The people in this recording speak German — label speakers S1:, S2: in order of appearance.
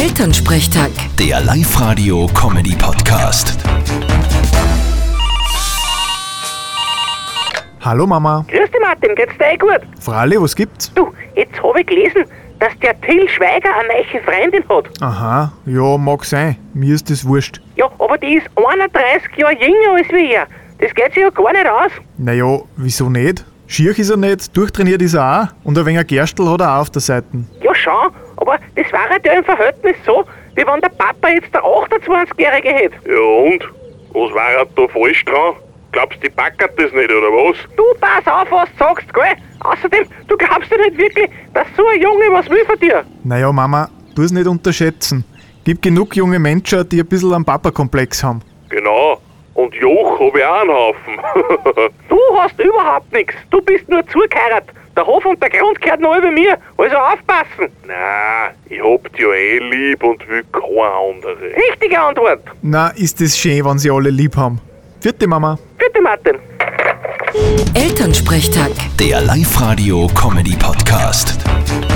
S1: Elternsprechtag.
S2: Der Live-Radio-Comedy-Podcast.
S3: Hallo Mama.
S4: Grüß dich, Martin, geht's dir eh gut?
S3: Fralli, was gibt's?
S4: Du, jetzt habe ich gelesen, dass der Till Schweiger eine neue Freundin hat.
S3: Aha, ja, mag sein. Mir ist das wurscht.
S4: Ja, aber die ist 31 Jahre jünger als wir. Das geht sich ja gar nicht aus.
S3: Naja, wieso nicht? Schier ist er nicht, durchtrainiert ist er auch und ein wenig ein Gerstl hat er auch auf der Seite.
S4: Ja, schon, aber das war halt ja im Verhältnis so, wie wenn der Papa jetzt der 28-Jährige hätte.
S5: Ja und? Was war er da falsch dran? Glaubst du, die packert das nicht, oder was?
S4: Du pass auf, was du sagst, gell? Außerdem, du glaubst ja nicht wirklich, dass so ein Junge was will von dir.
S3: Naja Mama, tu es nicht unterschätzen. Gibt genug junge Menschen, die ein bisschen einen Papa-Komplex haben.
S5: Genau. Und Joch habe ich auch einen Haufen.
S4: Du hast überhaupt nichts. Du bist nur zugeheiratet. Der Hof und der Grund gehört noch über mir. Also aufpassen.
S5: Nein, ich hab dich ja eh lieb und will keine andere.
S4: Richtige Antwort.
S3: Na, ist das schön, wenn sie alle lieb haben. Vierte Mama.
S4: Bitte, Martin.
S1: Elternsprechtag.
S2: Der Live-Radio-Comedy-Podcast.